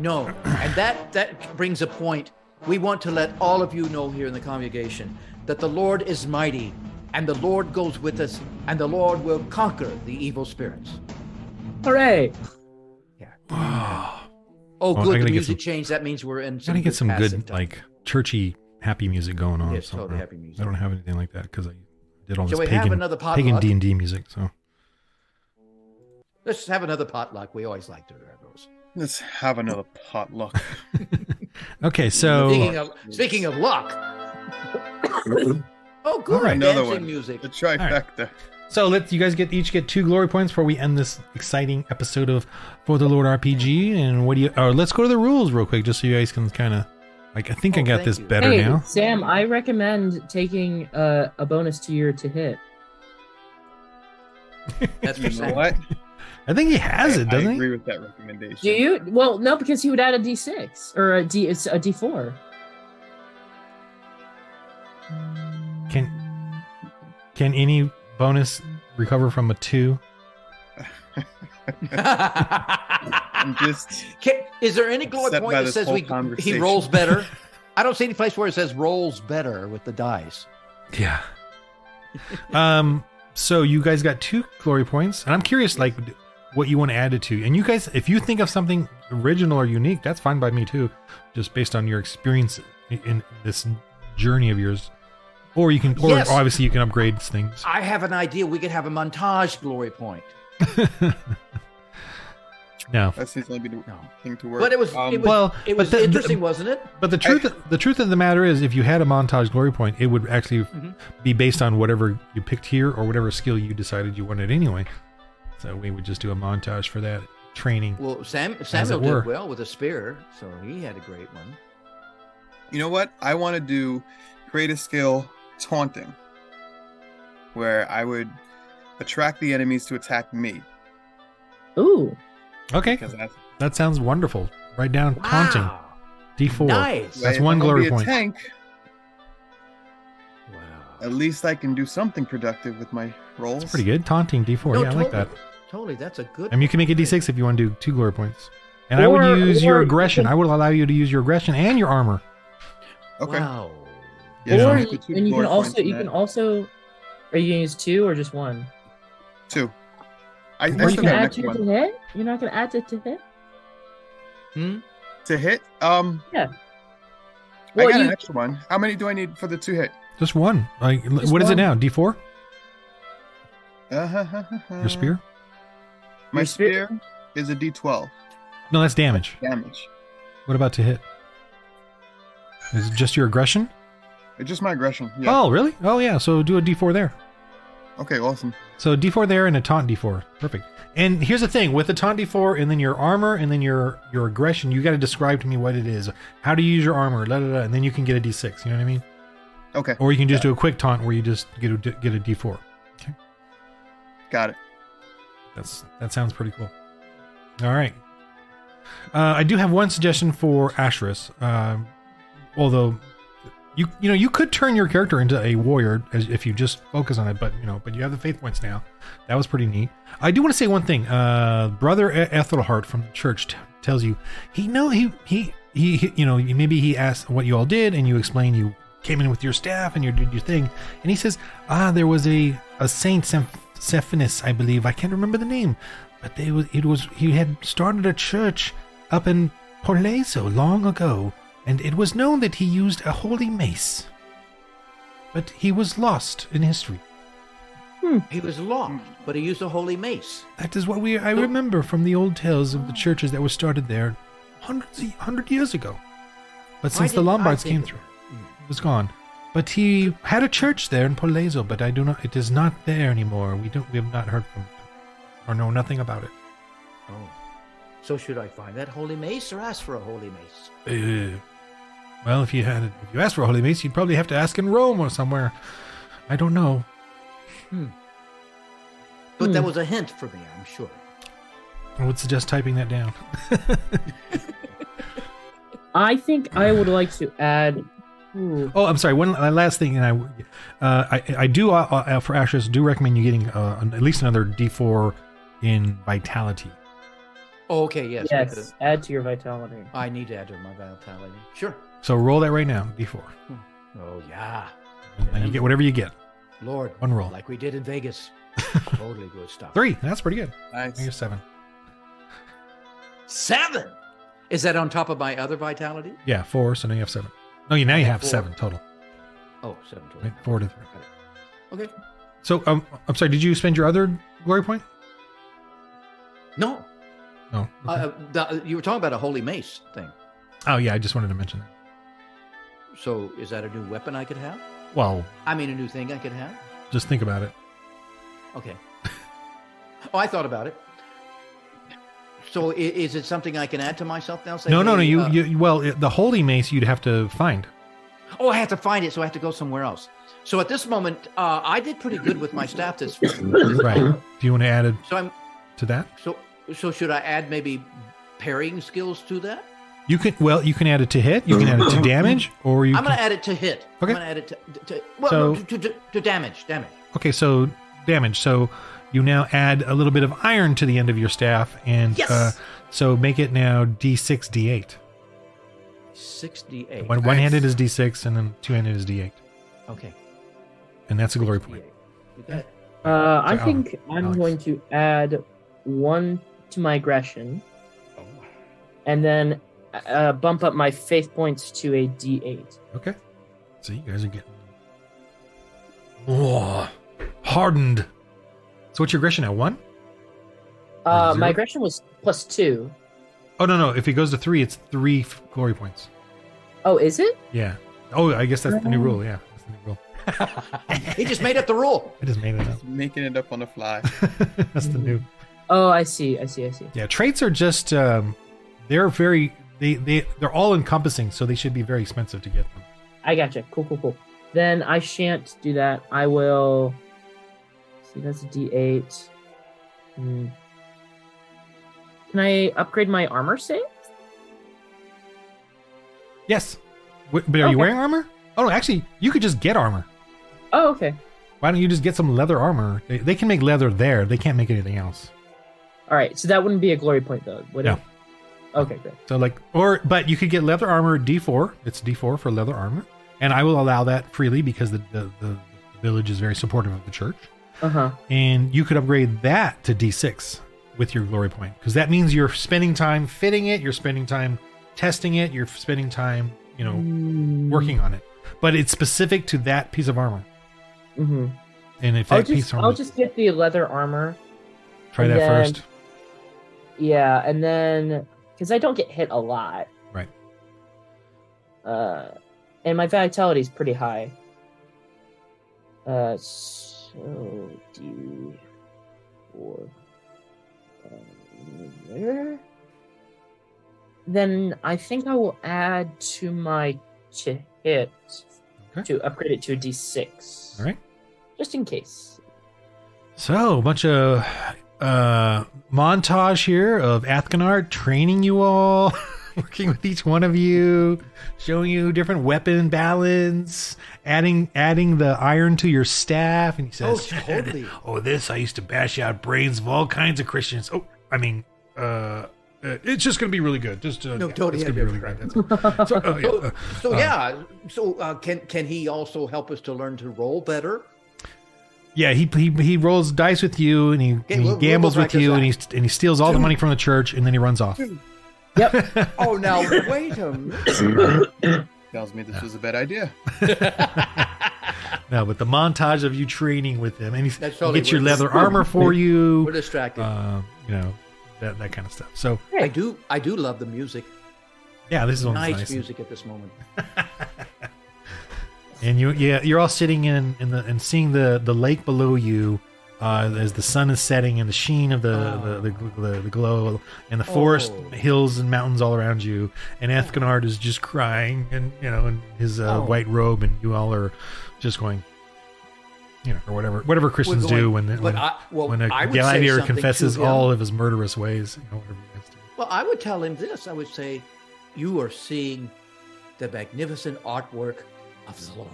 No. And that that brings a point. We want to let all of you know here in the congregation that the Lord is mighty and the Lord goes with us and the Lord will conquer the evil spirits.
Hooray!
Gotta
Oh,
I
good.
gotta
The
get
music
some-
changed. That means we're in (sighs) some
get some
passing
good
time.
like churchy happy music going on.
Yes,
somewhere.
totally happy music.
I don't have anything like that because I did all this
Shall we have
pagan
another
pagan
potluck?
D and D music. So.
Let's have another potluck. We always like to have those.
Let's have another
(laughs)
potluck.
Okay, so
speaking of, speaking of luck. oh, good.
right.
Another
Dancing
one.
music.
The trifecta.
so let's you guys get each get two glory points before we end this exciting episode of For the Lord RPG. And what do you? Or let's go to the rules real quick, just so you guys can kind of like I think I
Oh,
got
thank
this
you.
better
hey,
now.
Sam, I recommend taking uh, a bonus to your to hit.
(laughs) That's for
You know
Sam.
what?
I think he has
I-
it, doesn't
I
he?
agree with that recommendation.
Do you? Well, no, because he would add a d6 or a d. It's a d4.
Can can any bonus recover from a two?
(laughs) I'm just.
Can- Is there any glory
Upset
point
by
that
this
says
whole
we, he
conversation.
rolls
(laughs)
better? I don't see any place where it says rolls better with the dice.
Yeah. (laughs) um. So you guys got two glory points, and I'm curious, like, what you want to add it to. And you guys, if you think of something original or unique, that's fine by me too, just based on your experience in, in this journey of yours. Or you can, or
Yes.
obviously you can upgrade things.
I have an idea. We could have a montage glory point.
(laughs) no,
That seems like be the
No.
thing to work.
But it was,
Um,
it was,
well,
it was
but the- the-
interesting, wasn't it?
but the truth, the truth of the matter is, if you had a montage glory point, it would actually
Mhm.
be based on whatever you picked here or whatever skill you decided you wanted anyway. So we would just do a montage for that training.
Well, Sam,
it
Samuel
were.
did well with a spear, so he had a great one.
you know what? I want to do create a skill taunting, where I would attract the enemies to attack me
Ooh,
Okay,
because that's
That sounds wonderful. Write down taunting.
Wow.
D4.
Nice.
That's
if
one
I'm gonna
glory
be a
point.
Tank.
Wow.
At least I can do something productive with my rolls.
That's pretty good. Taunting D4.
No,
yeah, I like that.
Totally, that's a good.
I mean, you can make it D6 if you want to do two glory points. And I would
Or-
use your
or-
aggression. I would allow you to use your aggression and your armor.
Okay.
Wow.
Yeah,
no,
or
you could do
and you can
glory points
also
in
you
that.
can also are you gonna use two or just one?
Two. I, I
Or
Are
That's
you
still
can
gonna
got an
add
extra
two to
one
hit? You're not gonna add it to hit?
Hmm?
to hit. Um,
Well,
I got
you,
an extra one. How many do I need for the two hit?
Just one. Like, l- what is
Just
it
one.
now? D4?
Uh,
Your spear?
My
Your spear-
spear is a D12
No, that's damage.
damage.
What about to hit? Is it just your aggression?
It's just my aggression. Yeah.
Oh, really? Oh, yeah. So do a D4 there.
Okay. Awesome.
So D4 there and a taunt D4. Perfect. And here's the thing with the taunt D4 and then your armor and then your your aggression, you got to describe to me what it is. How do you use your armor? La, la, la, and then you can get a D6. You know what I mean?
Okay.
Or you can just do a quick taunt where you just get a, d- get a D4.
Got it.
That's that sounds pretty cool. All right. Uh, I do have one suggestion for Asherus. Um, although you you know you could turn your character into a warrior as, if you just focus on it, but you know, but you have the faith points now. That was pretty neat. I do want to say one thing. Uh, Brother E- Ethelhart from the church t- tells you he know he he he, he- you know, you- maybe he asked what you all did, and you explained you came in with your staff and you did your thing, and he says, ah, there was a a Saint Sym- Sephanus, I believe, I can't remember the name, but they was it was he had started a church up in Porleso long ago, and it was known that he used a holy mace, but he was lost in history.
hmm.
He was locked, but he used a holy mace.
That is what we I
Oh.
remember from the old tales of the churches that were started there hundreds of- hundred years ago. But
Why
since the
didn't I
Lombards
think
came
of
through, it was gone. But he had a church there in Polezzo, but I do not it is not there anymore. We don't we have not heard from or know nothing about it.
Oh. So should I find that holy mace or ask for a holy mace?
Uh, well, if you had if you asked for a holy mace, you'd probably have to ask in Rome or somewhere. I don't know.
But that
Hmm.
was a hint for me, I'm sure.
I would suggest typing that down. (laughs)
I think I would like to add. Ooh,
Oh, I'm sorry. One la- last thing, and I, uh, I, I do uh, uh, for Ashes do recommend you getting uh, an- at least another D4 in vitality.
Oh, okay, yes. because
yes, add to your vitality.
I need to add to my vitality. Sure.
So roll that right now, D4,
Oh, yeah.
and you get whatever you get.
Lord.
One roll.
Like we did
(laughs)
in Vegas. totally good stuff.
Three. That's pretty good.
Nice.
You're seven.
Seven! Is that on top of my other vitality?
Yeah, four. So now you have seven. No, you now you have
Four.
seven total.
Oh, seven total.
Right? Four to three.
Okay.
So um, I'm sorry. Did you spend your other glory point?
No.
No.
uh,
Okay.
Uh, the, you were talking about a holy mace thing.
oh yeah, I just wanted to mention that.
So is that a new weapon I could have?
Well,
I mean, a new thing I could have?
just think about it.
Okay. (laughs) oh, I thought about it. So i- is it something I can add to myself now? Say,
No, no, no.
hey,
You,
uh,
you well, it, the holy mace you'd have to find.
Oh, I have to find it, so I have to go somewhere else. So at this moment, uh, I did pretty good with my staff this.
(laughs) Right. Do you want to add it
So I'm
to that?
so so. Should I add maybe parrying skills to that?
You can well, you can add it to hit, you can add it to damage, or you.
I'm going
Can,
to add it to hit.
Okay.
I'm going to add it to, to well
So-
no, to, to, to damage. Damage.
okay, so damage. So you now add a little bit of iron to the end of your staff, and
Yes!
uh, so make it now d6, d8.
Sixty-eight.
One,
Nice.
one-handed is d6, and then two-handed is d8,
Okay.
and that's a glory point. oh,
You got it.
Uh, I
So,
think I'm
Alex.
going to add one to my aggression,
Oh.
and then uh, bump up my faith points to a D8.
Okay, so you guys are getting more hardened. So what's your aggression at one?
Uh,
Zero?
my aggression was plus two.
Oh no, no. If it goes to three, it's three f- glory points.
Oh, is it?
Yeah. Oh, I guess that's the new rule. Yeah, that's the new rule.
(laughs) he just made up the rule.
(laughs) I just made it
Just making it up on the fly.
up. (laughs) that's the new.
Oh, I see. I see. I see.
Yeah, traits are just um, they're very they they they're all encompassing, so they should be very expensive to get them.
I gotcha. Cool, cool, cool. Then I shan't do that. I will. See, that's a D8. Hmm. Can I upgrade my armor save?
Yes, Wh- but are
Okay.
you wearing armor? Oh, no, actually, you could just get armor.
Oh, okay.
Why don't you just get some leather armor? They, they can make leather there. They can't make anything else.
All right. So that wouldn't be a glory point, though, would
No.
it? Okay, good.
So like, or but you could get leather armor D4. It's D4 for leather armor, and I will allow that freely because the the, the village is very supportive of the church.
Uh huh.
and you could upgrade that to D6 with your glory point because that means you're spending time fitting it, you're spending time testing it, you're spending time, you know,
Hmm.
working on it. But it's specific to that piece of armor.
Mm-hmm.
And if that
I'll
piece
just,
of armor,
I'll just get the leather armor.
try that
yeah.
first.
Yeah, and then because I don't get hit a lot.
Right.
Uh, and my vitality is pretty high. Uh, so D four. um, There. Then I think I will add to my to hit
Okay.
to upgrade it to a D six.
All right.
Just in case.
So, a bunch of uh, montage here of Athkanar training you all, (laughs) working with each one of you, showing you different weapon balance, adding adding the iron to your staff, and he says,
Oh, totally.
"Oh, this I used to bash out brains of all kinds of Christians. Oh, I mean, uh, Uh, it's just going to be really good. Just uh,
No,
yeah,
totally,
It's
yeah,
going to be really
yeah,
good. That's- (laughs) so, uh, yeah, uh,
So
uh,
yeah, so uh, can can he also help us to learn to roll better?
yeah, he, he he rolls dice with you, and he, he
we'll- we'll
gambles
go
with
practice
you, and he
that.
and he steals all the money from the church, and then he runs off.
Oh,
(laughs)
now wait a minute.
Tells me this was a bad idea.
No, but the montage of you training with him, and he's,
That's
he
totally
gets your
worth it.
leather armor
(laughs)
for
We're
you,
distracted.
uh, you know, that, that kind of stuff. So
I do I do love the music.
yeah, this is one's
Nice,
nice.
music at this moment.
And you, yeah, you're all sitting in in the and seeing the the lake below you. Uh, as the sun is setting and the sheen of the,
Oh.
the, the, the, the glow and the forest
Oh.
hills and mountains all around you and Ethkenard is just crying and you know in his uh,
Oh.
white robe and you all are just going you know or whatever whatever Christians
We're going-
do when the,
but
when,
I, well,
when a
I would say
gladiator
something to
confesses
him.
all of his murderous ways you know, whatever you guys do.
Well, I would tell him this. I would say, you are seeing the magnificent artwork of the Lord.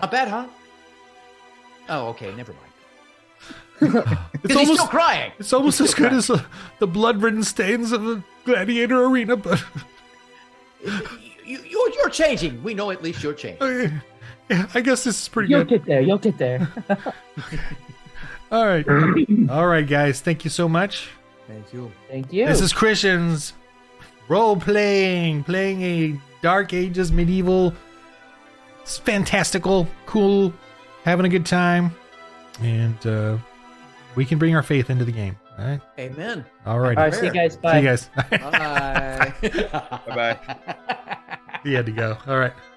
Not bad, huh? Oh, okay, never mind.
it's
Because he's still
almost
crying.
it's almost as
still
good as uh, the blood-ridden stains of the gladiator arena but
You, you're, you're changing. We know at least you're changing.
Okay. Oh, Yeah, I guess this is pretty
You'll
good.
get there. You'll
(laughs)
get there.
All
(clears throat)
right. All right, guys. Thank you so much.
Thank you.
Thank you.
This is Christians role playing, playing a Dark Ages medieval. It's fantastical, cool, having a good time. And uh, we can bring our faith into the game. All right. (laughs)
Amen.
All right.
All right. See you guys. Bye.
See you guys.
Bye.
Bye bye.
(laughs)
(laughs)
he had to go. All right.